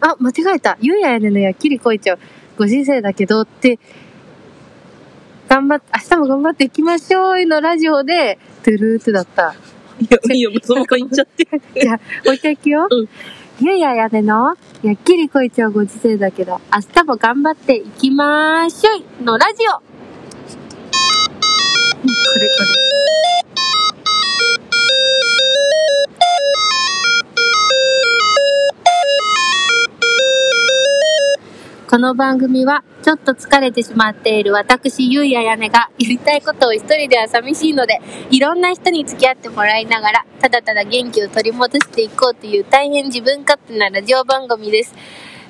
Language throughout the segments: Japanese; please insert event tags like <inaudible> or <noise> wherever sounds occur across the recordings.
あ、間違えた。ゆうややねのやっきりこいちゃう。ご人生だけどって、頑張っ、明日も頑張っていきましょうのラジオで、トゥルートだった。いや、いいよ、もうそのまま言っちゃ <laughs> って。じゃあ、もう一回いくよ。うんゆうややねの、やっきりこいちゃうご時世だけど、明日も頑張っていきまーしょいのラジオこれこれ。この番組は、ちょっと疲れてしまっている私、ゆうややねが、やりたいことを一人では寂しいので、いろんな人に付き合ってもらいながら、ただただ元気を取り戻していこうという大変自分勝手なラジオ番組です。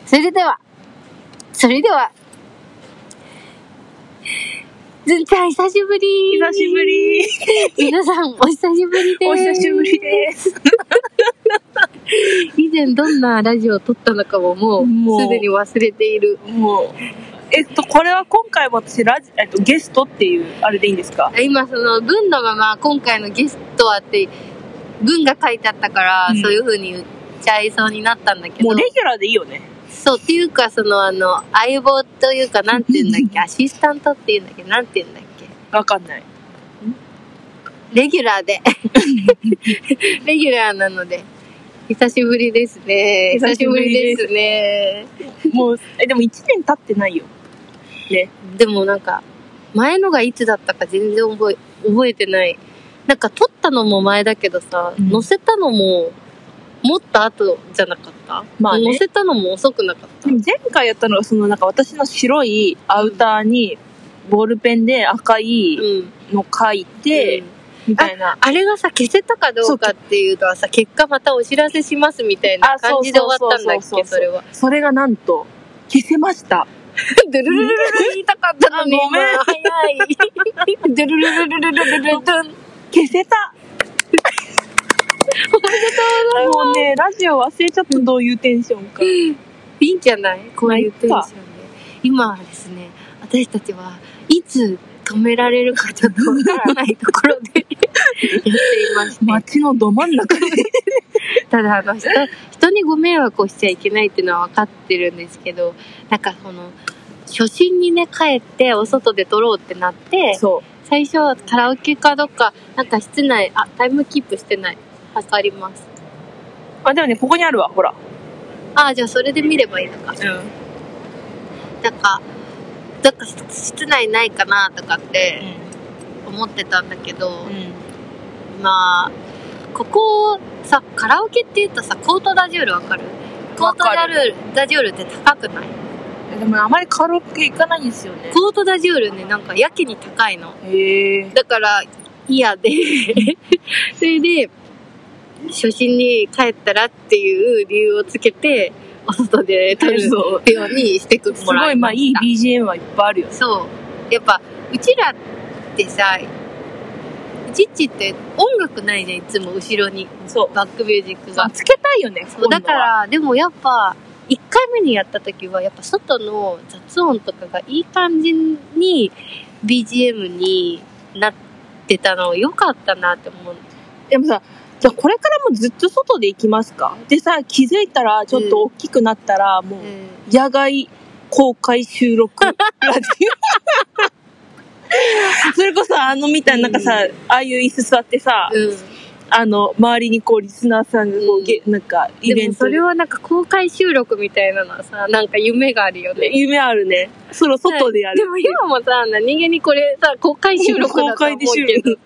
それでは、それでは、ずんちゃん久しぶり久しぶり。皆さんお久しぶりです。お久しぶりです。以前どんなラジオを撮ったのかもももううすでに忘れている。もう。えっと、これは今回も私、ラジ、えっと、ゲストっていう、あれでいいんですか今その文のまま今回のゲストはって文が書いてあったから、うんそういう風に言っちゃいそうになったんだけど。もうレギュラーでいいよね。そう、っていうか、その、あの、相棒というか、なんて言うんだ <laughs> っけ、アシスタントっていうんだっけ、なんて言うんだっけ、わかんない。レギュラー <laughs> で。レギュラーなので、久しぶりですね。久久ししぶぶりりでですね。もう、え、でも1年経ってないよ。ね。でもなんか、前のがいつだったか全然覚え、覚えてない。なんか、撮ったのも前だけどさ、うん載せたのも、もっと後じゃなかったまあね載せたのも遅くなかったで。も前回やったのは、そのなんか私の白いアウターに、ボールペンで赤いうん。の書いて、うんみたいな。あれがさ、消せたかどうかっていうのはさ、結果またお知らせしますみたいなあそ感うじで終わったんだっそうそうけ、そうそうそれは。それがなんと、消せました。ドゥルルルル言いたかったのに、あごめん今早い。ドゥルルルルルルルルルドゥン。 <laughs> 消せたもうね、ラジオ忘れちゃったどういうテンションか。いいんじゃないこういうテンションまあいっで。今はですね、私たちはいつ止められるかちょっとわからないところでやっていまして。街のど真ん中で。ただあの人人にご迷惑をしちゃいけないっていうのは分かってるんですけどなんかその初心にね帰ってお外で撮ろうってなってそ最初はカラオケかどっかなんか室内あタイムキープしてない測りますう。あ、でもね、ここにあるわ、ほら。ああじゃあそれで見ればいいのかうん。なんかなんか室内ないかなとかって思ってたんだけど、まあここさカラオケっていうとさコートダジュールわかるコートダジュールダジュールって高くないうん。でもあまりカラオケ行かないんですよね。コートダジュールね、なんかやけに高いの。へえ。だから、嫌で。 <laughs> それで、初心に帰ったらっていう理由をつけて、お外で撮るそう。ようにしてくすもらごい、まあ、いいした BGM はいっぱいあるよ。そう。やっぱ、うちらってさ、うちっちって音楽ないじゃん、いつも後ろに。そう。バックミュージックまがあ、。つけたいよね、そうだか。ら、でもやっぱ、1回目にやった時は、やっぱ外の雑音とかがいい感じに BGM になってたの良かったなって思う。でもさ、じゃあこれからもずっと外で行きますかでさ、気づいたら、ちょっと大きくなったら、もう、野外公開収録 <laughs> ラジオ。それこそあのみたいななんかさ、ああいう椅子座ってさ、うん。あの、周りにこうリスナーさんがこう、うんげなんかイでベもントそれはなんか公開収録みたいなのはさ、なんか夢があるよね。夢あるね。それを外でやる。でも今もさ、何気にこれさ、公開収録だと思うけどさ、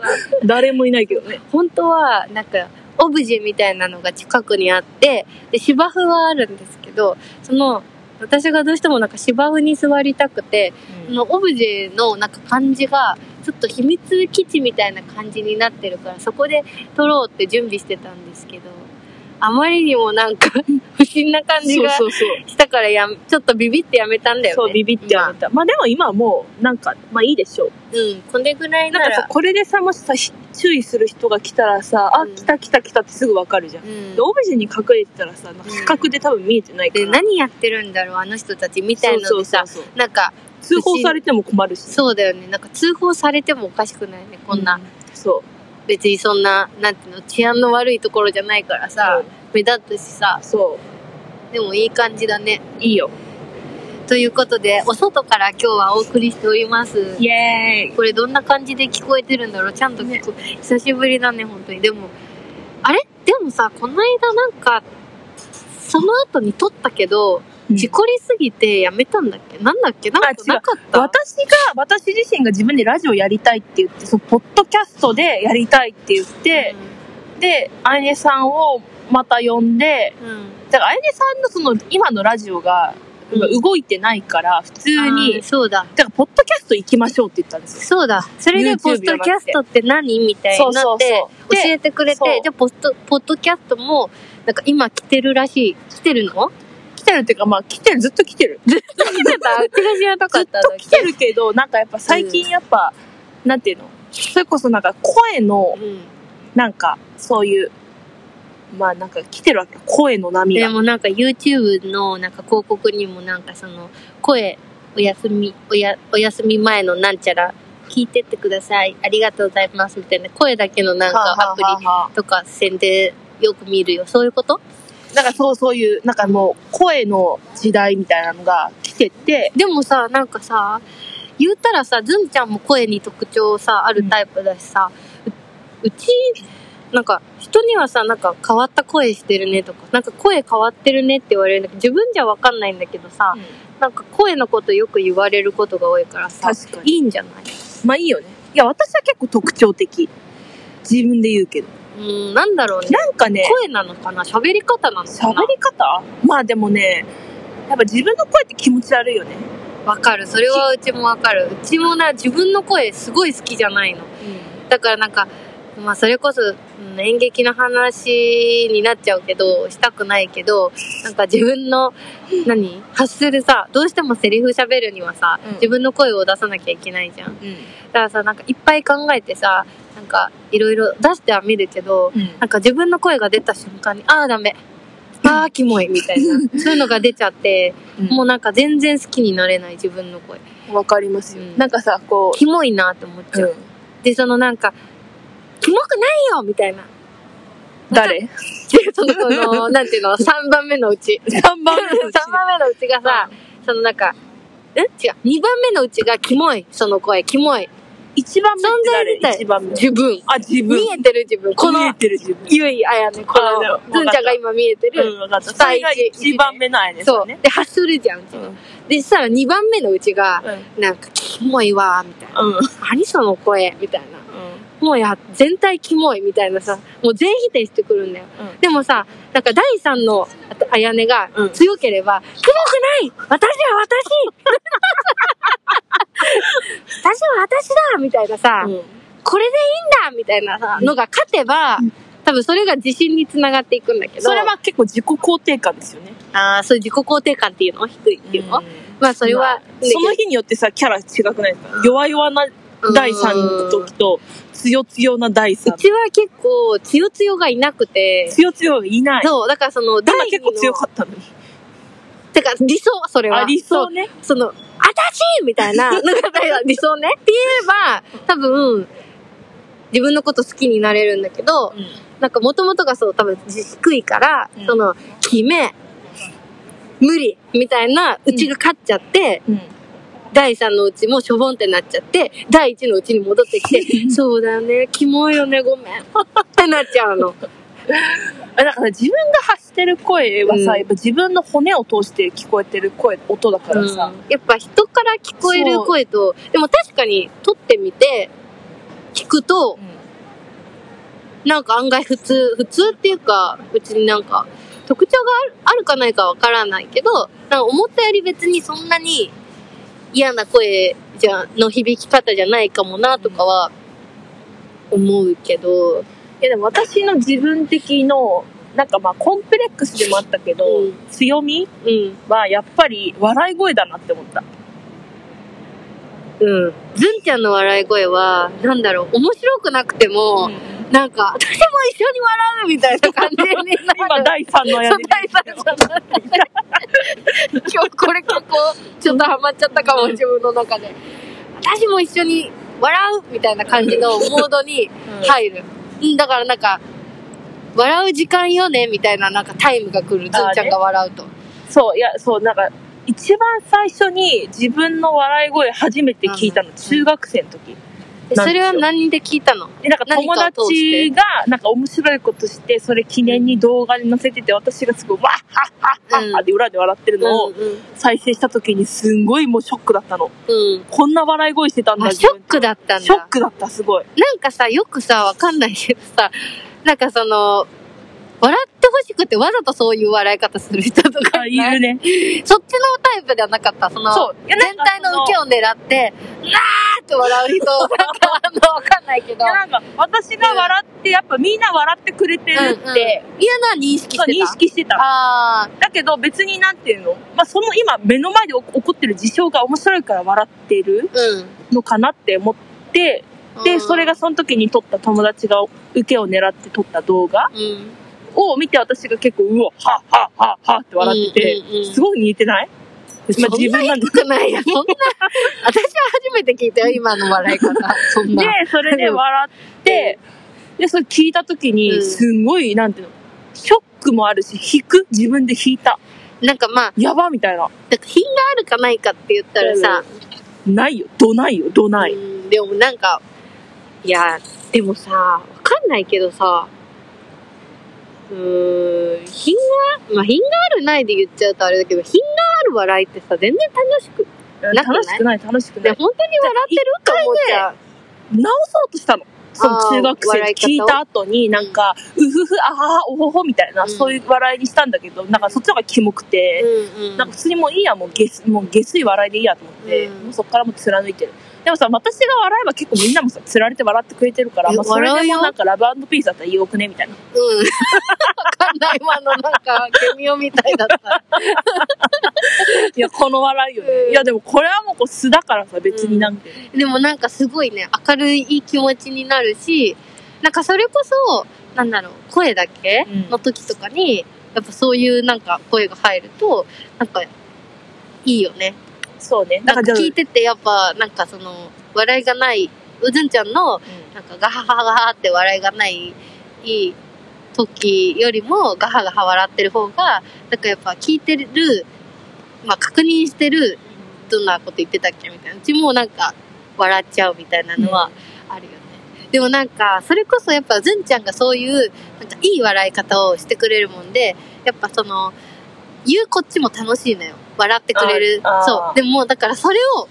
誰もいないけどね。本当はなんかオブジェみたいなのが近くにあってで芝生はあるんですけどその私がどうしてもなんか芝生に座りたくてそのオブジェのなんか感じがちょっと秘密基地みたいな感じになってるからそこで撮ろうって準備してたんですけどあまりにもなんか <laughs> 不審な感じそうがそうそう。したからやめちょっとビビってやめたんだよねそう、ビビってやめた。まあでも今はもう、なんか、まあいいでしょう。今うんこれぐらいななんからさ、これでさ、もしさ、ひ注意する人が来たらさ、うあ、ん来た来た来たってすぐわかるじゃん。うんで、オブジェに隠れてたらさ、なんか視覚で多分見えてないから。で何やってるんだろうあの人たちみたいなのでさそうそうそうなんか通報されても困るしそうだよね。なんか通報されてもおかしくないね。こんな、うそう別にそんな、なんていうの、治安の悪いところじゃないからさ、目立つしさ、そでもいい感じだね。いいよ。ということで、お外から今日はお送りしております。イエーイ。これどんな感じで聞こえてるんだろうちゃんと聞こ、久しぶりだね、本当に。でも、あれでもさ、この間なんか、その後に撮ったけど、うん事故りすぎてやめたんだっけなんだっけなんかあ違うなかった私が、私自身が自分でラジオやりたいって言って、そのポッドキャストでやりたいって言って、で、あいねさんをまた呼んで、うん、うんだからあいねさんのその今のラジオがうん動いてないから、普通あにー、そうだ。だからポッドキャスト行きましょうって言ったんですよ。そうだ。それで、 YouTube ポッドキャストって何みたいになそうそっうそうて、教えてくれでそてう、じゃあポッド、ポッドキャストも、なんか今来てるらしい。来てるの来てるっていうか、まあ来てる、ずっと来てる。ずっ来てたうちが知らなかったんだと来てるけど、なんかやっぱ最近やっぱ、なんていうのそれこそなんか声の、うん。なんかそういう、まあなんか来てるわけ。声の波でが。もなんか YouTube のなんか広告にもなんかその、声、お休み、おや、お休み前のなんちゃら、聞いてってください。ありがとうございます。みたいな、声だけのなんはあかアプはあリはあはとか宣伝よく見るよ。そういうことあなんかそうそういう、なんかもう声の時代みたいなのが来てて、でもさ、なんかさ、言うたらさ、ずんちゃんも声に特徴さ、あるタイプだしさ、ううち、なんか、人にはさ、なんか変わった声してるねとか、なんか声変わってるねって言われるんだけど、自分じゃわかんないんだけどさ、なんか声のことよく言われることが多いからさ、確かにいいんじゃないまあいいよね。いや、私は結構特徴的。自分で言うけど。うん、なんだろうね。なんかね、声なのかな喋り方なのか喋なり方まあでもね、やっぱ自分の声って気持ち悪いよね。わかる。それはうちもわかる。うちもな、自分の声すごい好きじゃないの。だからなんか、まあ、それこそ、うん演劇の話になっちゃうけどしたくないけどなんか自分の何発するさどうしてもセリフ喋るにはさ、うん自分の声を出さなきゃいけないじゃんだうん。からさなんかいっぱい考えてさなんかいろいろ出してはみるけどなんか自分の声が出た瞬間にああダメああキモいみたい <laughs> なそういうのが出ちゃって、ももうなんか全然好きになれない自分の声うわかりますよ、うんなんかさ、こキモいなって思っう、ちゃう、でそのなんかキモくないよみたいな誰 <laughs> でその、その、なんていうの、3番目のうち。 ?3 3番目のうちがさ、そのなんか、ん違う。2番目のうちがキモい。その声、キモい。一番目存って在誰自体一番目。自分。あ、自分。見えてる自分。こ見のえ、てる自分。ゆいあやね、こあでものわか、ったずんちゃんが今見えてうる。ん、わかった。そ下れが一一番目のあれですそようね。。で、発するじゃん。うちうん。で、したら2番目のうちが、うん。なんか、キモいわ、みたいな。うん。何その声、みたいな。もうや、全体キモい、みたいなさ、もう全否定してくるんだよ。うんでもさ、なんか第三のあとあやねがうん強ければ、キモくない私 <laughs> は私私は私だみたいなさ、うんこれでいいんだみたいなさ、のが勝てば、多分それが自信につながっていくんだけど。それは結構自己肯定感ですよね。ああ、そういう自己肯定感っていうの低いっていうの、うんまあそれは、まあその日によってさ、キャラ違くないですか弱々な第三の時と、強強な第う三。ちは結構、強強がいなくて、強強がいない。そう、だからその、だから第二結の構強かったのに。てか、理想、それは。あ、理想ね。その、あたしみた <laughs> いな、なんか理想ね。って言えば、多分、自分のこと好きになれるんだけど、なんか元々がそう、多分低いから、うんその、決め、無理、みたいな、うちが勝っちゃって、うん。第3のうちもしょぼんってなっちゃって、第1のうちに戻ってきて、そうだよね、キモいよね、ごめん。ってなっちゃうの。あだから自分が発してる声はさ、うんやっぱ自分の骨を通して聞こえてる声、音だからさ。うんやっぱ人から聞こえる声と、でも確かに撮ってみて、聞くと、なんか案外普通、普通っていうか、別になんか、特徴があるあるかないかわからないけど、なんか思ったより別にそんなに嫌な声じゃ、の響き方じゃないかもなとかは思うけど、いやでも私の自分的の、なんかまあコンプレックスでもあったけど、うん強みうん、はやっぱり笑い声だなって思った。うん。ずんちゃんの笑い声は、なんだろう、面白くなくても、なんか、私も一緒に笑うみたいな感じになる。今第3のや <laughs> 初つ。代さんじゃない今日これ結構ちょっとハマっちゃったかも自分の中で私も一緒に笑うみたいな感じのモードに入る、うん、だからなんか笑う時間よねみたいななんかタイムが来るずんちゃんが笑うとそう、いや、そう、なんか、一番最初に自分の笑い声初めて聞いたの、うん中学生の時。えなんそでしれょうは何で聞いたので、なんか何友かを通して達が、なんか面白いことして、それ記念に動画に載せてて、私がすごい、わっはっはっはって裏で笑ってるのの、をうん再生した時に、すんごいもうショックだったの。こんな笑い声してたんだあショックだったんだショックだった、すごい。なんかさよくさわかんないけどさなんかその笑ってほしくてわざとそういう笑い方する人とかあ、いいないるね。そっちのタイプではなかったそのそう。いや全体の受けを。を狙ってなーって笑う <laughs> 人なんかあんのわかんないけどいやなんか、私が笑って、やっぱみんな笑ってくれてるうんうっんて、いうのは認識してたそう認識してた。あだけど別になんていうの、まあ、その今目の前で起起こってる事象が面白いから笑ってるーのかなって思って、うんで、それがその時に撮った友達が受けを狙って撮った動画うんを見て私が結構、うわ、はっはっはっはって笑ってて、うんうんうんすごい似てないまあ自分なんで低く <laughs> ないよ、そんな。私は初めて聞いたよ、今の笑い方。そんでな。、それで笑って、で、それ聞いた時うに、んすんごい、なんていうの、ショックもあるし、引く自分で引いた。なんかまあ、やばみたいな。なんか品があるかないかって言ったらさ、ないよ、どないよ、どない。うんでもなんか、いや、でもさ、わかんないけどさ、うーん、品が、まあ品があるないで言っちゃうとあれだけど、品がある笑いってさ、全然楽しくっなくない楽しくない、楽しくなて、い。本当に笑ってると思っちゃう。直そうとしたの。そのあー中学生笑い方を聞いた後に、なんか、うふふ、あはは、おほほみたいな、うんそういう笑いにしたんだけど、なんかそっちの方がキモくて、うんうんなんか普通にもういいや、もう下水、もう下水笑いでいいやと思って、うんもうそっからもう貫いてる。でもさ、私が笑えば結構みんなもさ、釣られて笑ってくれてるから、いやまあ、それで笑うもよなんかラブピースだったらよくねみたい <laughs> な。うん。わかんない、今のなんか、ケミオみたいだった。いや、この笑いよねう。んいや、でもこれはもうこう素だからさ、別になんて。でもなんかすごいね、明るい気持ちになるし、なんかそれこそ、なんだろう、声だけうんの時とかに、やっぱそういうなんか声が入ると、なんか、いいよね。そうね。なだんかからじゃあ、聞いてて、やっぱなんかその、笑いがない、うずんちゃんの、なんかガハハガハって笑いがない、いい時よりも、ガハガハ笑ってる方が、なんかやっぱ聞いてる、まあ確認してるどんなこと言ってたっけみたいなうちもなんか笑っちゃうみたいなのはあるよね、でもなんかそれこそやっぱずんちゃんがそういうなんかいい笑い方をしてくれるもんでやっぱその言うこっちも楽しいのよ笑ってくれるああそうでもだからそれを、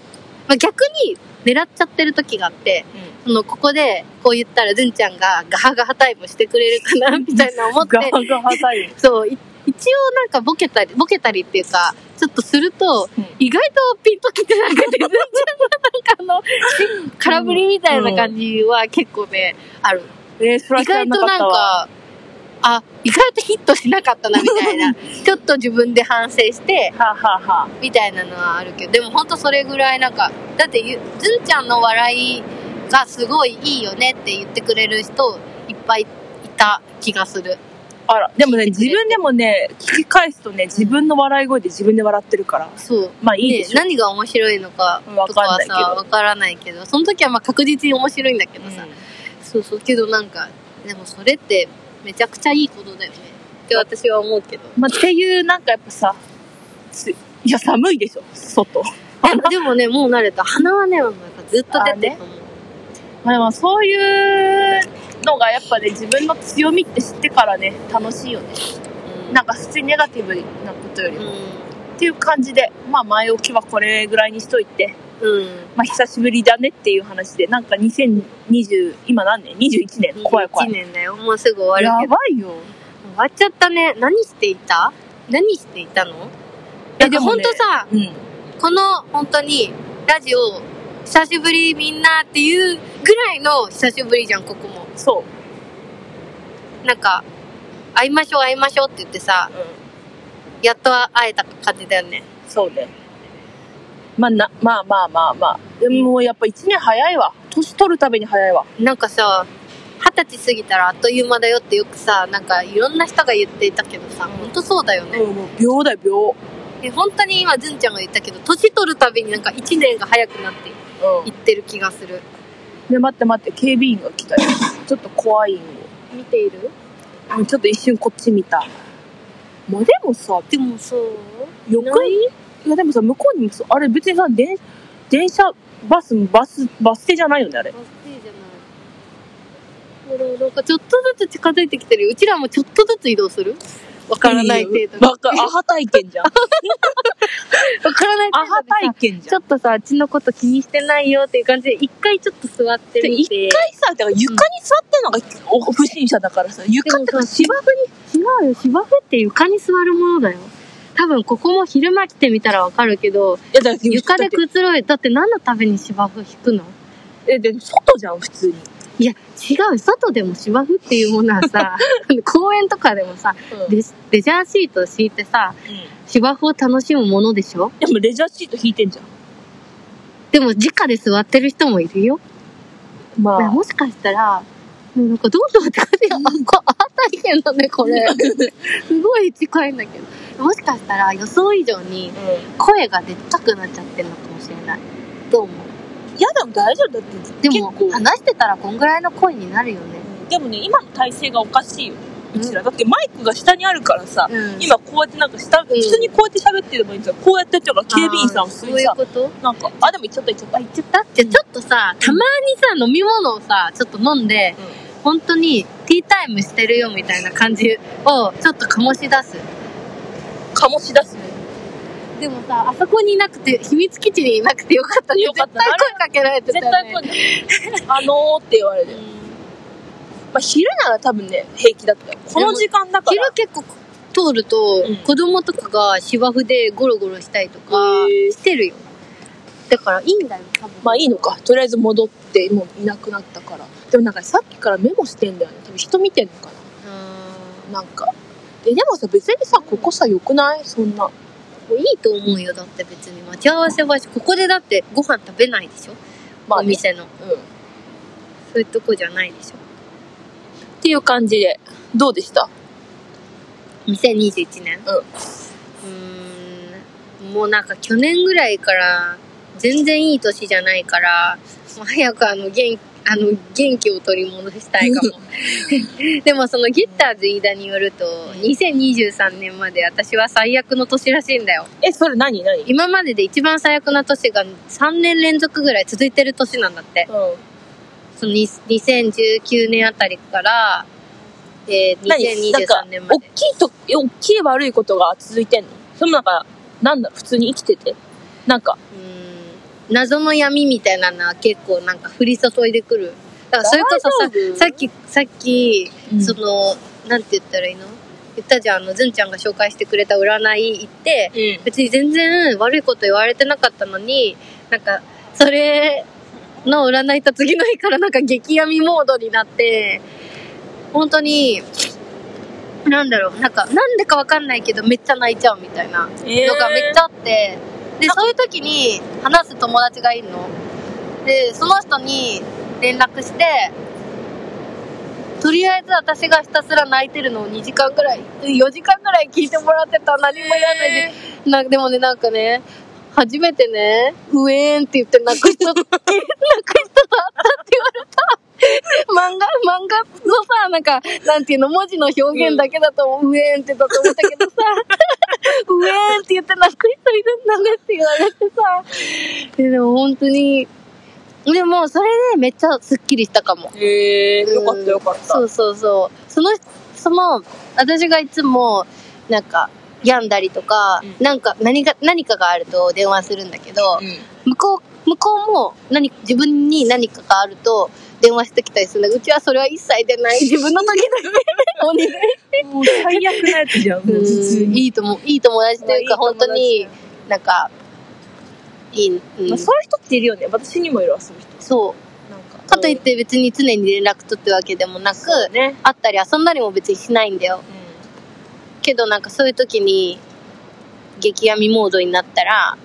まあ、逆に狙っちゃってる時があってそのここでこう言ったらずんちゃんがガハガハタイムしてくれるかなみたいな思って <laughs> ガハガハだよ。そうい一応なんかボケたりボケたりっていうかちょっとすると意外とピンときてなくて、全然なんかあの、空振りみたいな感じは結構ね、ある。えー、それは意知外らなとかっなんたわ。か、あ、意外とヒットしなかったなみた <laughs> いな、ちょっと自分で反省して、はあはあはあみたいなのはあるけど、でもほんとそれぐらいなんか、だってゆ、ずんちゃんの笑いがすごいいいよねって言ってくれる人、いっぱいいた気がする。あら、でもね、自分でもね、聞き返すとね、自分の笑い声で自分で笑ってるから。そう。まあいいでねしょ。何が面白いのかとかはさ、わわからないけど、その時はまあ確実に面白いんだけどさ、そうそうけどなんかでもそれってめちゃくちゃいいことだよねって私は思うけどまあ、っていう、なんかやっぱさ、ついや、寒いでしょ、外。でもでもねもう慣れた鼻はねなんかずっと出てると思う、まあでもそういうのがやっぱね、自分の強みって知ってからね、楽しいよね。うんなんか普通にネガティブなことよりうも。んっていう感じで、まあ前置きはこれぐらいにしといて、うんまあ久しぶりだねっていう話で、なんか2020、今何年 ?21 年怖い怖い1。年だよもうすぐ終やわばるけどいよ。終わっちゃったね何していた何していたのえでも本当さうん。この本当にラジオ久しぶりみんなっていうぐらいの久しぶりじゃんここもそう。なんか会いましょう会いましょうって言ってさやっと会えた感じだよねそうね。まあな、まあまあまあまあ。でももうやっぱ一年早いわ。年取るたびに早いわ。なんかさ、二十歳過ぎたらあっという間だよってよくさ、なんかいろんな人が言っていたけどさ、ほんとそうだよね。うん、もう秒だよ、秒。で本当に今、ずんちゃんが言ったけど、年取るたびになんか一年が早くなっていってる気がする。で、待って待って、警備員が来たよ。ちょっと怖いよ。見ているうんちょっと一瞬こっち見た。まあでもさ、でもそうよくないいいやでもさ、向こうにもそうあれ別にさ、電電車、バス、バス、バス停じゃないよね、あれ。バス停じゃない。ほら、なんかちょっとずつ近づいてきてる。うちらもちょっとずつ移動するわからない程度でバカ、アハ体 <laughs> 験じゃん。アわからない程度ハで体さ。験じちゃょん。っとさ、あっちのこと気にしてないよっていう感じで、一回ちょっと座ってみて。一回さ、だから床に座ってるのがお不審者だからさ、床ってでもかさ芝生に、違うよ、芝生って床に座るものだよ。多分ここも昼間来てみたらわかるけど、いやだから床でだってくつろい、だって何のために芝生引くのえ、で、外じゃん、普通に。いや、違うよ、外でも芝生っていうものは <laughs> さ、公園とかでもさ、で、レレジャーシートを敷いてさ、芝生を楽しむものでしょでもレジャーシート引いてんじゃん。でも直で座ってる人もいるよ。まもしかしたら、もうなんかどうぞって感じが、あ、こあ大変だね、こ <laughs> れ。すごい近いんだけど。もしかしたら予想以上に声がでっかくなっちゃってるのかもしれない。どう思ういやでも大丈夫だってでも結構、話してたらこんぐらいの声になるよね。でもね今の体勢がおかしいようちら、だってマイクが下にあるからさ、うん今こうやってなんか下、普通にこうやって喋ってればいいんじゃんこうやってやってるから警備員さんあー普通そうにいうさことなんかあでも言っちゃった言っちゃった、あ、言っちゃったじゃあちょっとさ、たまにさ、飲み物をさ、ちょっと飲んで、本当にティータイムしてるよみたいな感じをちょっと醸し出す。醸し出すでもさ、あそこにいなくて、秘密基地にいなくてよかったね。よかった絶対声かけられてた絶よ、ね。対こうね「あのー」って言われる、まあ、昼なら多分ね平気だったよこの時間だか昼ら結構通ると、うん子供とかが芝生でゴロゴロしたりとかへーしてるよ。だからいいんだよ、多分。まあいいのかとりあえず戻ってもういなくなったからでもなんかさっきからメモしてんだよね多分人見てんのかなうーんなんか。え、でもさ、別にさ、ここさ、良くないそんな。いいと思うよ、だって別に。待ち合わせ場所、ここでだってご飯食べないでしょ、まあ、お店の。うん。っそういうとこじゃないでしょ。ていう感じで、どうでした2021年うんうーんもうなんか去年ぐらいから全然いい年じゃないからもう早くあの元あの元気を取り戻したいかも <laughs> でもそのギッターズ飯田によると2023年まで私は最悪の年らしいんだよえ、それ何何うん。今までで一番最悪な年が3年連続ぐらい続いてる年なんだってそのに2019年あたりから、えー、何なんか2023年ま大できいと、え大きい悪いことが続いてんのそのなんか、なんだ、普通に生きてて。なんか、うん謎の闇みたいなのは結構なんか降り注いでくる。だからそれこそ大丈夫さ、さっき、さっき、うんその、なんて言ったらいいの言ったじゃん、あの、ずんちゃんが紹介してくれた占い行って、うん。別に全然悪いこと言われてなかったのに、なんか、それの占い行った次の日からなんか激闇モードになって、本当に、なんだろう、なんか、なんでかわかんないけど、めっちゃ泣いちゃうみたいな。えのがめっちゃあって、で、そういう時に話す友達がいるの。で、その人に連絡して、とりあえず私がひたすら泣いてるのを2時間ぐらい、4時間ぐらい聞いてもらってた。何も言わないで。なでもね、なんかね、初めてね、ウえーんって言って泣く人、泣く人と会ったって言われた。漫画、漫画のさ、なんか、なんていうの、文字の表現だけだと、うえーんってだと思ったけどさ、うえーんって言って泣く人いるんだねって言われてさ、ででも本当に、でもそれでめっちゃスッキリしたかも。えー、よかっうんたよかった。そうそうそう。その、その、私がいつも、なんか、病んだりとか、うんなんか、何か、何かがあると電話するんだけど、うん。向こう、向こうも、何、自分に何かがあると、電話してきたりするんだけど、うちはそれは一切出 <laughs> ない。自分の時だけ。お願いもう最悪なやつじゃん、もう普通うんに。いいとも、いい友達というか、もう本いい友達当に、なんか、いい、うんまあ、そういう人っているよね。私にもいるわ、そういう人。そう。なんか。かといって別に常に連絡取ってわけでもなく、そうね。会ったり遊んだりも別にしないんだよ。けどなんかそういう時に激闇モードになったら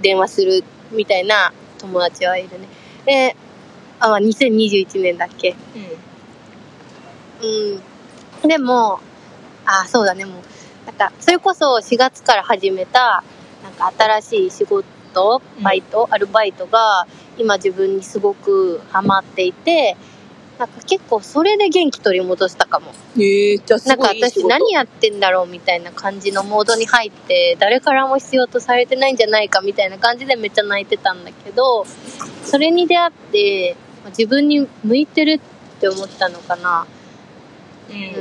電話するみたいな友達はいるね。で、あ、まあ2021年だっけうん。うん。うん。でも、あ、そうだね、もう。なんか、それこそ4月から始めた、なんか新しい仕事、バイト、アルバイトが、今自分にすごくハマっていて、なんか結構それで元気取り戻したかも。ええじゃあすなんごかいいい仕私事。何やってんだろうみたいな感じのモードに入って、誰からも必要とされてないんじゃないかみたいな感じでめっちゃ泣いてたんだけど、それに出会って、まあ自分に向いてるって思ったのかな。うん、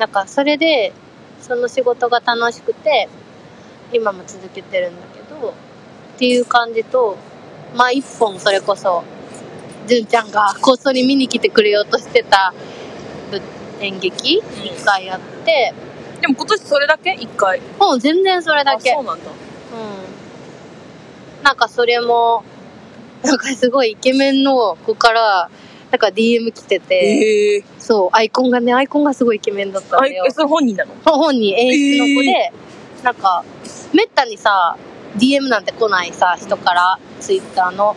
なんかそれでその仕事が楽しくて今も続けてるんだけどっていう感じとまあ一本それこそ純ちゃんがこっそり見に来てくれようとしてたぶ演劇ん一回やってうんでも今年それだけ一回。もう全然それだけあそうなんだ。うんなんかそれもなんかすごいイケメンの子からなんか DM 来てて、ええそうアイコンがねアイコンがすごいイケメンだったんあだよえ、それ本人なの本人演出の子で、なんかめったにさ DM なんて来ないさ人からツイッターの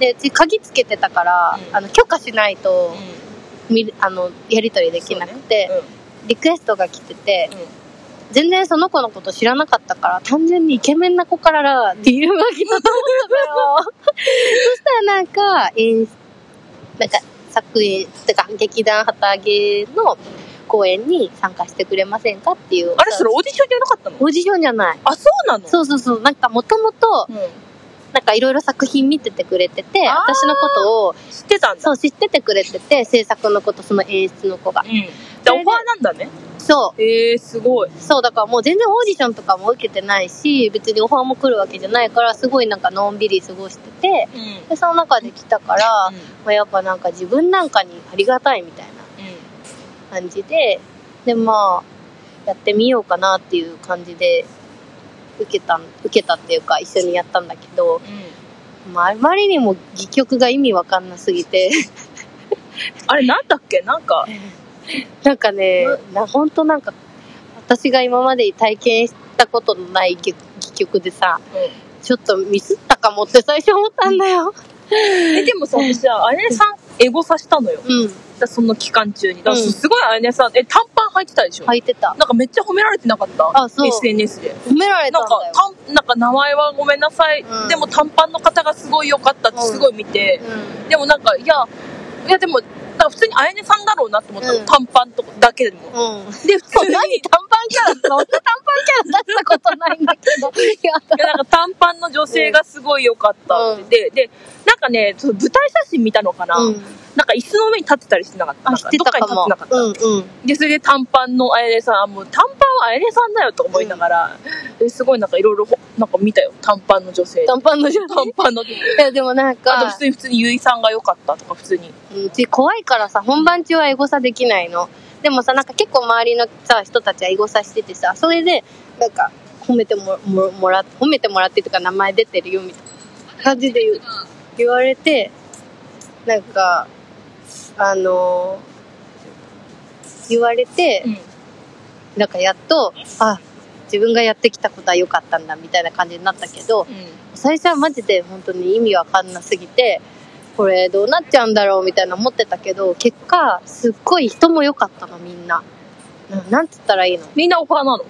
でうち鍵つけてたから、うんあの許可しないと、う見るあのやり取りできなくて、ん。リクエストが来ててうん全然その子のこと知らなかったから単純にイケメンな子から DM が来たと思 <laughs> ったのよそしたらなんか演出なんか作演てか劇団旗揚げの公演に参加してくれませんかっていうあれそれオーディションじゃなかったのオーディションじゃない。あ、そうなのそうそうそう。なんかもともと、うん。なんかいろいろ作品見ててくれてて、あー私のことを、知ってたんだ。そう知っててくれてて、制作のこと、その演出の子がう。ん。じゃあオファーなんだね。そええすごい。う。そう、だからもう全然オーディションとかも受けてないし、別にオファーも来るわけじゃないから、すごいなんかのんびり過ごしてて、うん。うん。で、その中で来たから、まあ、やっぱなんか自分なんかにありがたいみたいな感じで、で、まあ、やってみようかなっていう感じで、受けたん、受けたっていうか、一緒にやったんだけど、まあ、あまりにも戯曲が意味わかんなすぎて、 <laughs> あれなんだっけなんか、なんかね、なほんとなんか、私が今まで体験したことのない戯戯曲でさ、ちょっとミスったかもって最初思ったんだよ。えでもさ私はあやねさんエゴさしたのようん、だその期間中にだからうんすごいあやねさんえ短パン履いてたでしょ、履いてた。なんかめっちゃ褒められてなかったあそう SNS で褒められたなんんかだよ。たんなんか名前はごめんなさい、うんでも短パンの方がすごい良かったってすごい見て、でもなんかいやいやでもなんか普通にあやねさんだろうなって思ったの、うん短パンとかだけでも、うん。うん。で普通に何短パンキャラそんな短パンキャラ出したことないんだけ <laughs> ど。いやいや <laughs> なんか短パンの女性がすごい良かったって、うんででなんかねその舞台写真見たのかな、うん。なんか椅子の上に立ってたりしてなかったあ、なん知かってどったかにか立っもてなかっ。た、うんうん。でそれで短パンのあやねさんあもう短パンはあやねさんだよと思いながら、ですごいなんかいろいろほなんか見たよ短パンの女性短パンの状態。短パンの女性いや、でもなんあとか普、通に普通にゆいさんが良かったとか普通にうち怖いからさ本番中はエゴサできないのでもさなんか結構周りのさ人たちはエゴサしててさそれでなんか褒めてもももら褒めてもらってとか名前出てるよみたいな感じで言う言われてなんかあのー言われて、うんなんかやっとあ自分がやってきたことは良かったんだみたいな感じになったけど、最初はマジで本当に意味わかんなすぎてこれどうなっちゃうんだろうみたいな思ってたけど結果すっごい人も良かったのみんなななんつったらいいのみんなオファーなの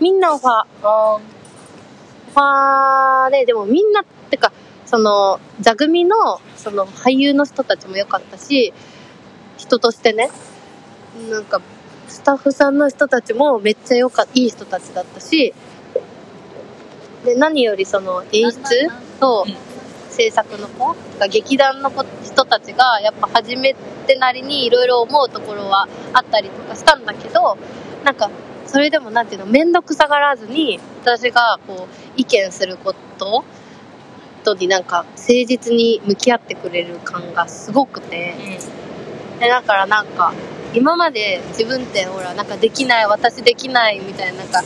みんなオファーあファーででもみんなってかその座組のその俳優の人たちも良かったし人としてねなんかスタッフさんの人たちもめっちゃよかいい人たちだったしで何よりその演出とうん制作の子が劇団の子人たちがやっぱ初めてなりにいろいろ思うところはあったりとかしたんだけどなんかそれでもなんていうの面倒くさがらずに私がこう意見することとになんか誠実に向き合ってくれる感がすごくてでだからなんか今まで自分ってほらなんかできない私できないみたいななんか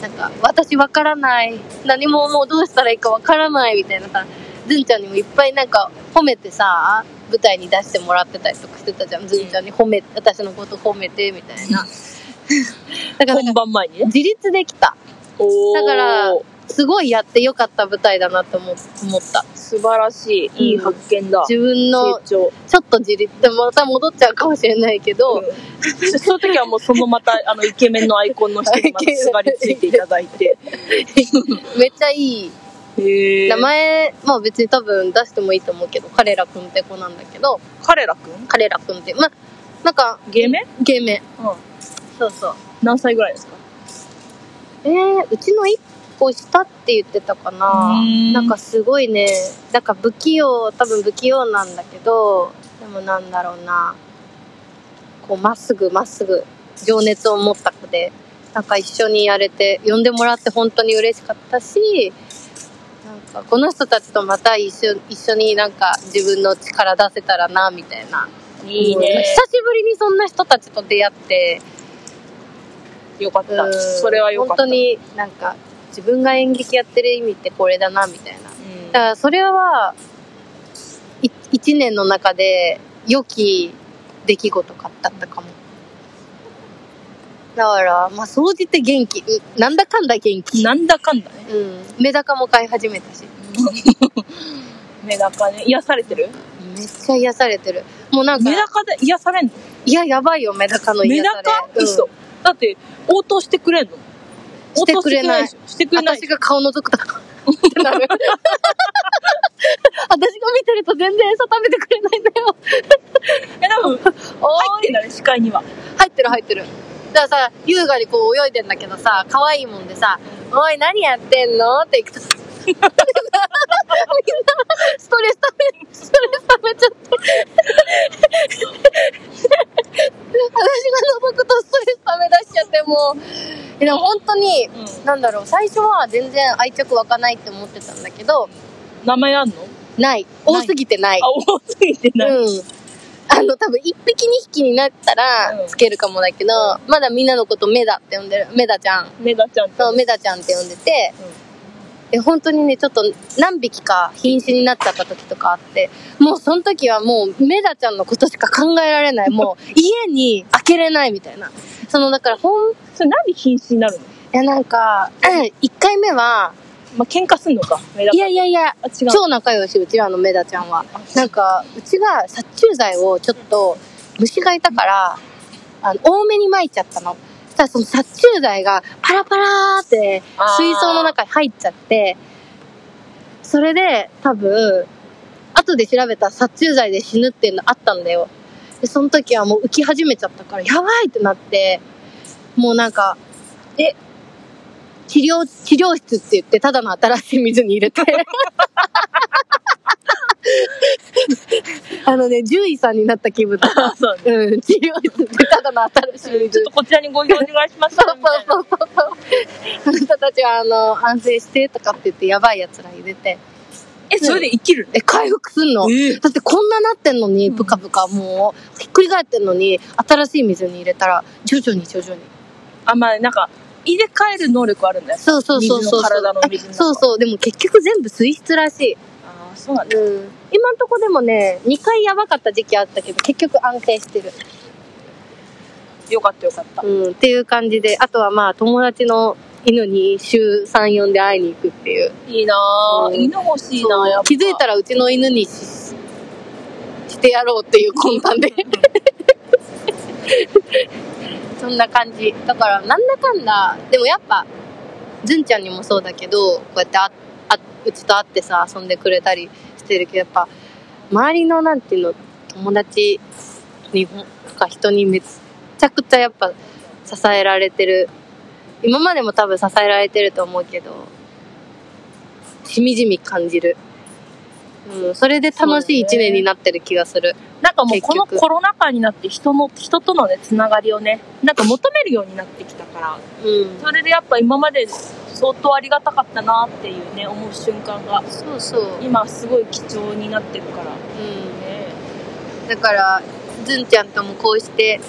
なんか私わからない何ももうどうしたらいいかわからないみたいなさずんちゃんにもいっぱいなんか褒めてさ舞台に出してもらってたりとかしてたじゃんずんちゃんに褒め私のこと褒めてみたいな <laughs> だからなん本か番前にね自立できたおーだからすごいやってよかった舞台だなって思思った素晴らしいいい発見だ、自分の成長ちょっと自立でまた戻っちゃうかもしれないけど、うん、その時はもうそのまたあのイケメンのアイコンの人にまたすがりついていただいてめっちゃいいへ名前、まあ別に多分出してもいいと思うけど、彼らくんって子なんだけど、彼らくん彼らくんって、まあ、なんか、ゲメゲーメ。うん。そうそう。何歳ぐらいですかえー、うちの一個下って言ってたかなう。んなんかすごいね、なんか不器用、多分不器用なんだけど、でもなんだろうな。こう、まっすぐまっすぐ、情熱を持った子で、なんか一緒にやれて、呼んでもらって本当に嬉しかったし、なんかこの人たちとまた一緒一緒になんか自分の力出せたらな、みたいな。いいうんね久。しぶりにそんな人たちと出会って、よかっうた。んそれはよかった。本当になんか自分が演劇やってる意味ってこれだなみたいなだうん。からそれはい一年の中で良き出来事がだったかもだからまあ総じて元気うんなんだかんだ元気なんだかんだね。うんメダカも飼い始めたしメダカね。癒されてるめっちゃ癒されてるもうなんかメダカで癒されんのいややばいよメダカのメ癒さダれカうん嘘。だって、応答してくれんの応して答くれないしてくれないで <laughs> 私。しょしてくれないが顔覗くとってなる私が見てると全然餌食べてくれないんだよえ、多 <laughs> 分、入ってんだね、視界には。入ってる入ってるだからさ優雅にこう泳いでんだけどさ可愛いもんでさ「おい何やってんの?」って行くとみんなストレスためストレスためちゃって私が覗くとストレスため出しちゃってもうでも本当に、うんなんだろう最初は全然愛着湧かないって思ってたんだけど名前あんのない多すぎてないあ、多すぎてない。うん。あの、多分、一匹二匹になったうらん、つけるかもだけど、まだみんなのことメダって呼んでる、メダちゃん。メダちゃんそう、と。メダちゃんって呼んでて、え、本当にね、ちょっと何匹か瀕死になっちゃった時とかあって、もうその時はもうメダちゃんのことしか考えられ <laughs> ない。もう家に開けれないみたいな。その、だからほん、いそれなんで瀕死になるのやなんか、一回目は、まあ、喧嘩すんのか、メダカ。いやいやいやあ、違う。超仲良し、うちらのメダちゃんは。なんか、うちが殺虫剤をちょっと、虫がいたから、あの、多めに撒いちゃったの。そしたらその殺虫剤が、パラパラーってあー、水槽の中に入っちゃって、それで、多分、後で調べたら殺虫剤で死ぬっていうのあったんだよ。で、その時はもう浮き始めちゃったから、やばいってなって、もうなんか、え、治療、治療室って言って、ただの新しい水に入れ <laughs> て。あのね、獣医さんになった気分だった。あそうねうん、治療室ってただの新しいち水ょっ。とこちらにご移動お願いしましたそうみたいな。そうそうそう。あなたたちは、あの、安静してとかって言って、やばい奴ら入れて。え、それで生きるえ、回復すんのえだってこんななってんのに、うんブカブカもう、ひっくり返ってんのに、新しい水に入れたら、徐々に徐々に。あ、まあ、なんか、入れ替える能力あるんだよ。そうそうそうそう。水の体の水の中そうそう。でも結局全部水質らしい。ああ、そうなんだ。うん。今んとこでもね、2回やばかった時期あったけど、結局安定してる。よかったよかった。うん。っていう感じで、あとはまあ友達の犬に週3、4で会いに行くっていう。いいなぁ、うん犬欲しいなぁ、やっぱ。気づいたらうちの犬にししてやろうっていう魂胆でそんな感じだからなんだかんだでもやっぱずんちゃんにもそうだけどこうやってああうちと会ってさ遊んでくれたりしてるけどやっぱ周りのなんていうの友達にほんとか人にめちゃくちゃやっぱ支えられてる今までも多分支えられてると思うけどしみじみ感じる、うん、それで楽しい一年になってる気がするなんかも <laughs> う結こ局のコロナ禍になって人の、人とのね、つながりをね、なんか求めるようになってきたから、う,、それでやっぱ今まで相当ありがたかったなっていうね、思う瞬間が、んそうそう、今すごい貴重になってるから。うねん、だからずんちゃんともこうして、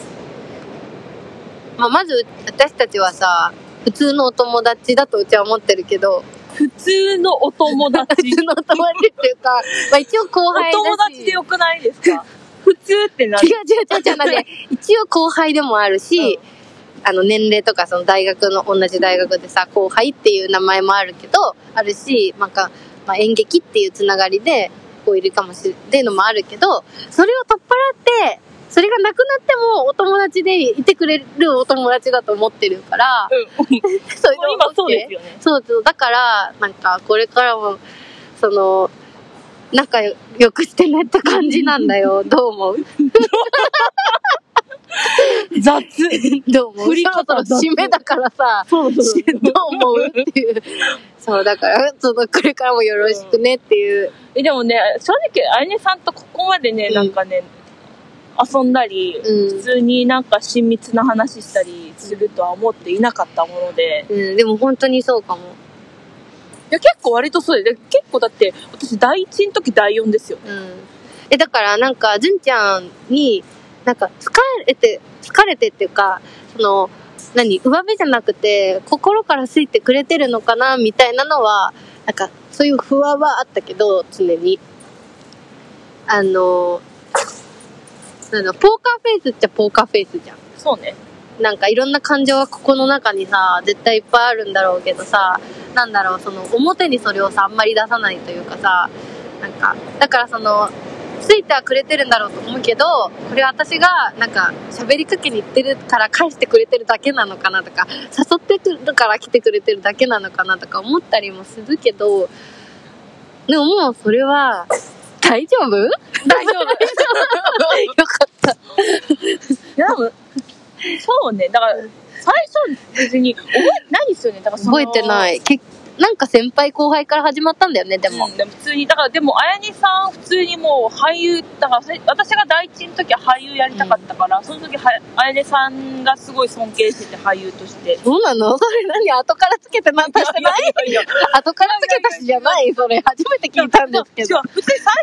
まあ、まず私たちはさ普通のお友達だとうちは思ってるけど普通のお友 <laughs> 達。普通のお友達っていうか、 <laughs> まあ、一応後お輩だし友達でよくないです <laughs> か普通ってな違うる。違う違う違うなんで一応後輩でもあるし、あの年齢とかその大学の同じ大学でさ後輩っていう名前もあるけどあるしなんか、まあ、演劇っていうつながりでこういるかもしれないのもあるけどそれを取っ払ってそれがなくなってもお友達でいてくれるお友達だと思ってるから、うん。それで OK <laughs> 今そうです <laughs> よね。そうそうだからなんかこれからもその仲良くしてねって感じなんだよどう思う雑。どう思う振り方そろそろ締めだからさ、 <laughs> そうそう。どう思うっていう。そう、だから、その、これからもよろしくねっていう。え、でもね、正直、あゆねさんとここまでね、うんなんかね、遊んだり、うん普通になんか親密な話したりするとは思っていなかったもので、うん、でも本当にそうかも。いや、結構割とそうで、結構だって、私第一の時第四ですよ。うん。え、だからなんか、純ちゃんに、なんか、疲れて、疲れてっていうか、その、何、上辺じゃなくて、心から好いてくれてるのかな、みたいなのは、なんか、そういう不安はあったけど、常に。あの、なんだ、ポーカーフェイスっちゃポーカーフェイスじゃん。そう <laughs> ね。なんかいろんな感情はここの中にさ、絶対いっぱいあるんだろうけどさ、なんだろう、その表にそれをさ、あんまり出さないというかさ、なんか、だからその、ついてはくれてるんだろうと思うけど、これは私がなんか喋りかけに行ってるから返してくれてるだけなのかなとか、誘ってくるから来てくれてるだけなのかなとか思ったりもするけど、でももうそれは、大丈夫よか <laughs> 大丈夫。った。いや、でも、そうね。だから、最初、別に覚えてないですよね。だからその。覚えてないい。けなんか先輩後輩から始まったんだよね、ででも。も、でも普通に、だから、でも、あやねさん、普通にもう俳優、だから、せ私が第一の時は俳優やりたかったから、その時は、あやねさんがすごい尊敬してて、俳優として。そうなの <laughs> それ何後からつけてなんかしてないいやいやいや後からつけたしじゃないそれ初めて聞いたんですけ違ど。う普通に最初は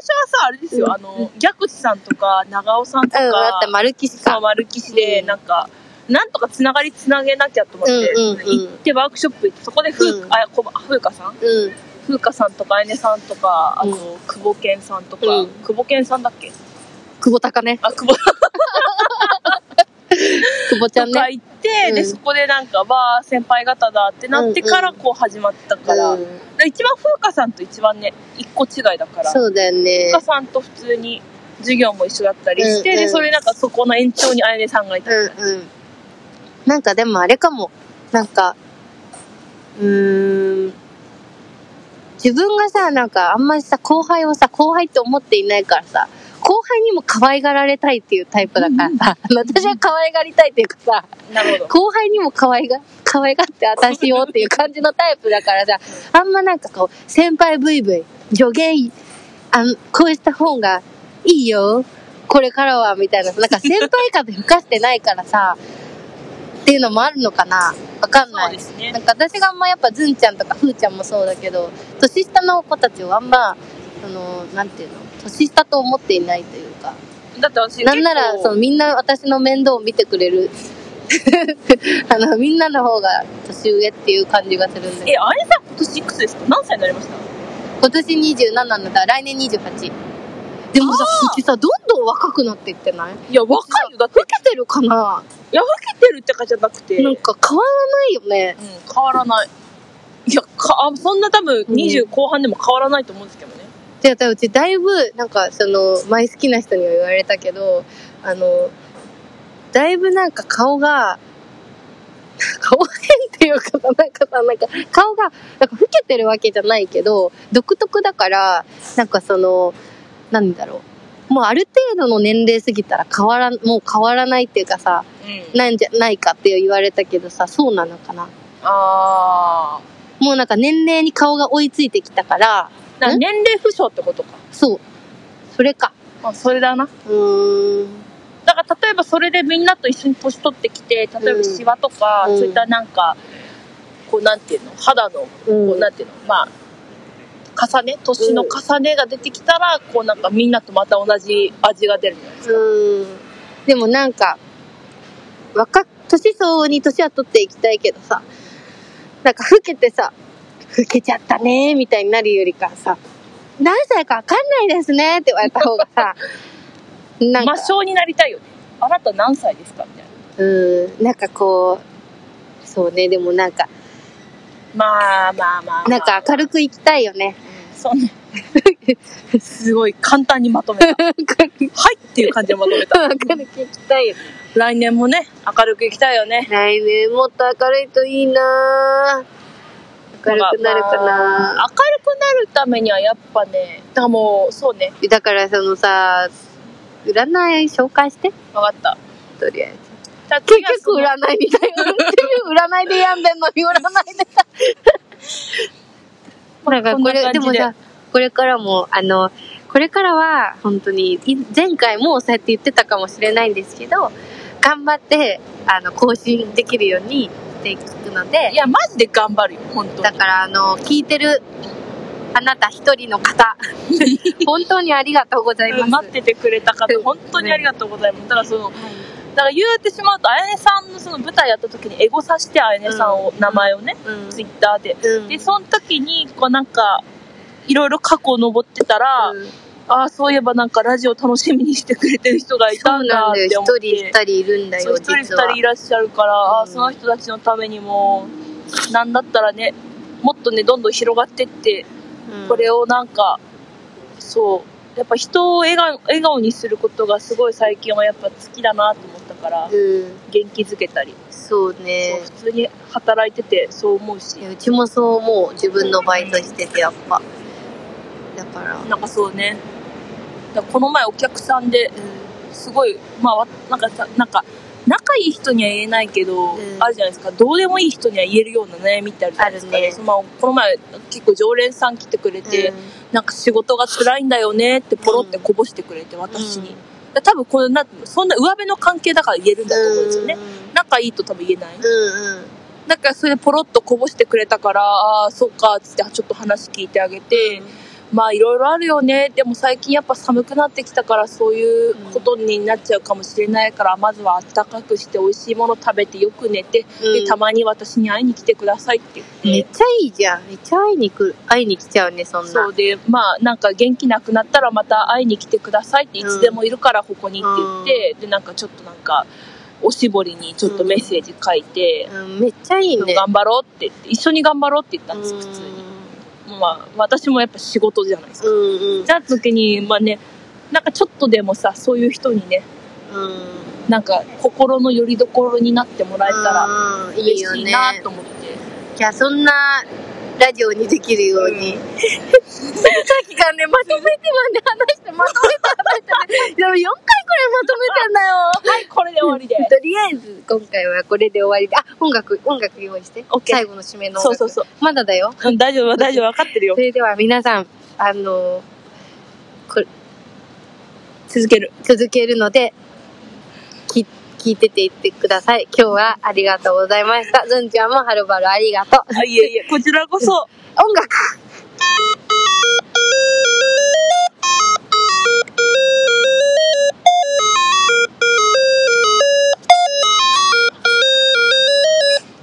さ、あれですうんよ、あの、逆地さんとか、長尾さんとうか、ん、だって丸岸さか。丸岸でうんなんか、なんとかつながりつなげなきゃと思って、うんうんうん行ってワークショップ行ってそこでふう、うんあこふうかさんうん。ふうかさんとかあやねさんとかあと、うん久保健さんとか、うん久保健さんだっけ久保高ね。あ久保さん久保ちゃんとかね。行って、でうんそこでなんかわあ先輩方だってなってからうんこう始まったから,、うん一番ふうかさんと一番ね一個違いだからそうだよふうねか。さんと普通に授業も一緒だったりして、うんうんでそれなんかそこの延長にあやねさんがいた、うんうん。なんかでもあれかも。なんか、うーん。自分がさ、なんかあんまりさ、後輩をさ、後輩って思っていないからさ、後輩にも可愛がられたいっていうタイプだからさ、 <laughs> 私は可愛がりたいっていうかさ、なるほど後輩にも可愛が、可愛がって私をっていう感じのタイプだからさ、あんまなんかこう、先輩ブイブイ、助言、あの、こうした方がいいよ、これからは、みたいな。なんか先輩風吹かしてないからさ、っていうのもあるのかなわかんそなういで。すねなんか私があんまやっぱずんちゃんとかふーちゃんもそうだけど、年下の子たちをあんま、その、なんていうの、年下と思っていないというか、だって私なんなら結構そのみんな私の面倒を見てくれる <laughs> あのみんなの方が年上っていう感じがするんでえ、あれさん今年いくつですか何歳になりました今年27なんだ来年28でもさうちさどんどん若くなっていってないいや、若いよ。だって、老けてるかないや、分けてるってかじゃなくて、うなんん、か変わらないよね変わらない。いや、か、あそんな多分、うん20後半でも変わらないと思うんですけどね。でうちだいぶなんかその前好きな人には言われたけどあのだいぶなんか顔が <laughs> 顔変っていうかさなんかさなんか顔がなんか老けてるわけじゃないけど独特だからなんかそのなんだろうもうある程度の年齢過ぎたら変わらんもう変わらないっていうかさうん。なんじゃないかって言われたけどさそうなのかなあもうなんか年齢に顔が追いついてきたからー。なんかん年齢不詳ってことか。そうそれかあ、それだな。うーんだから、例えばそれでみんなと一緒に年取ってきて、例えばシワとか、うんそういったなんか、こう、なんていうの肌の、こうう、んなんていうのまあ、重ね年の重ねが出てきたら、こうなんかみんなとまた同じ味が出るんじゃないですか。うん。でもなんか、若、年相応に年は取っていきたいけどさ、なんか老けてさ、老けちゃったねーみたいになるよりかはさ、何歳かわかんないですねって言われた方が <laughs> さ、なんか魔、性になりたいよねあなた何歳ですかみたいなうん、なんかこう、そうね、でもなんか、まあまあまあ、なんか明るく生きたいよ <laughs> ね。そう <laughs> ねすごい簡単にまとめたはいっていう感じでまとめた <laughs> 明るく生きたいよね。来年もね明るくいきたいよね来年もっと明るいといいなー明るくなるかなー、まあまあ明るくなるためにはやっぱねだからもうそうねだからそのさ占い紹介して分かったとりあえずたちが結局占いみたいな。結局占いで病んでんのに占いでさ。なんかこんこなれ、感でじでもさ、これからも、あの、これからは、本当に、い前回もそうやって言ってたかもしれないんですけど、頑張って、あの、更新できるようにしていくのでい、や、マジで頑張るよ、本当だに。から、あの、聞いてる、あなた一人の <laughs> 方、本当にありがとうございます。待っててくれた方、本当にありがとうございます。だからその、だから言うてしまうと、あやねさんのその舞台やった時にエゴさして、あやねさんを、名前をね、うんツイッターで。うんで、その時に、こうなんか、いろいろ過去を登ってたら、うんああ、そういえばなんかラジオ楽しみにしてくれてる人がいたそうんなだんだよって一思っ人て二。人いるんだそうよ一人二実は人いらっしゃるから、ああうんその人たちのためにもなんだったらねもっとねどんどん広がってって、うんこれをなんかそうやっぱ人を笑顔笑顔にすることがすごい最近はやっぱ好きだなと思ったから、うん元気づけたり、そうねそう普通に働いててそう思うしいやうちもそう思う自分のバイトしててやっぱだからうんなんかそうねだからこの前お客さんですごいまあわなんかさなんか仲いい人には言えないけど、うんあるじゃないですかどうでもいい人には言えるような悩みってあるじゃないですか、あるねそのこの前結構常連さん来てくれて、うんなんか仕事が辛いんだよねってポロってこぼしてくれて、私にうんだ多分これなそんな上辺の関係だから言えるんだと思うんですよね、う仲いいと多分言えない、んうんだからそれでポロッとこぼしてくれたからああそうかっつってちょっと話聞いてあげて、まあいろいろあるよねでも最近やっぱ寒くなってきたからそういうことになっちゃうかもしれないから、まずはあったかくして美味しいもの食べてよく寝て、うでんたまに私に会いに来てくださいってめ言っ、ってちゃいいじゃんめっちゃ会いに来る会いに来ちゃうねそんなそうでまあなんか元気なくなったらまた会いに来てくださいっていつでもいるからここにって言って、でなんかちょっとなんかおしぼりにちょっとメッセージ書いて、うんめっちゃいいね頑張ろうって言って一緒に頑張ろうって言ったんです普通に、まあ私もやっぱ仕事じゃないですかうんうんじゃあ時にまあねなんかちょっとでもさそういう人にねうんなんか心の拠り所になってもらえたらうんい嬉いよしいねなと思っていや、そんなラジオにできるように。さっきからね、まとめてまで話して、まとめて話して、でも4回くらいまとめたんだよ。はいこれで終わりでとりあえず、今回はこれで終わりで。あ、音楽、音楽用意して。 OK 最後の締めの音そう楽。そうそうまだだよ。うん <laughs> 大丈夫大丈夫分かってるよそれでは皆さん、あの、こ続ける続けるので、き聞いてていってください。今日はありがとうございました。ずんちゃんもはるばるありがとう。あいえいえこちらこそ音楽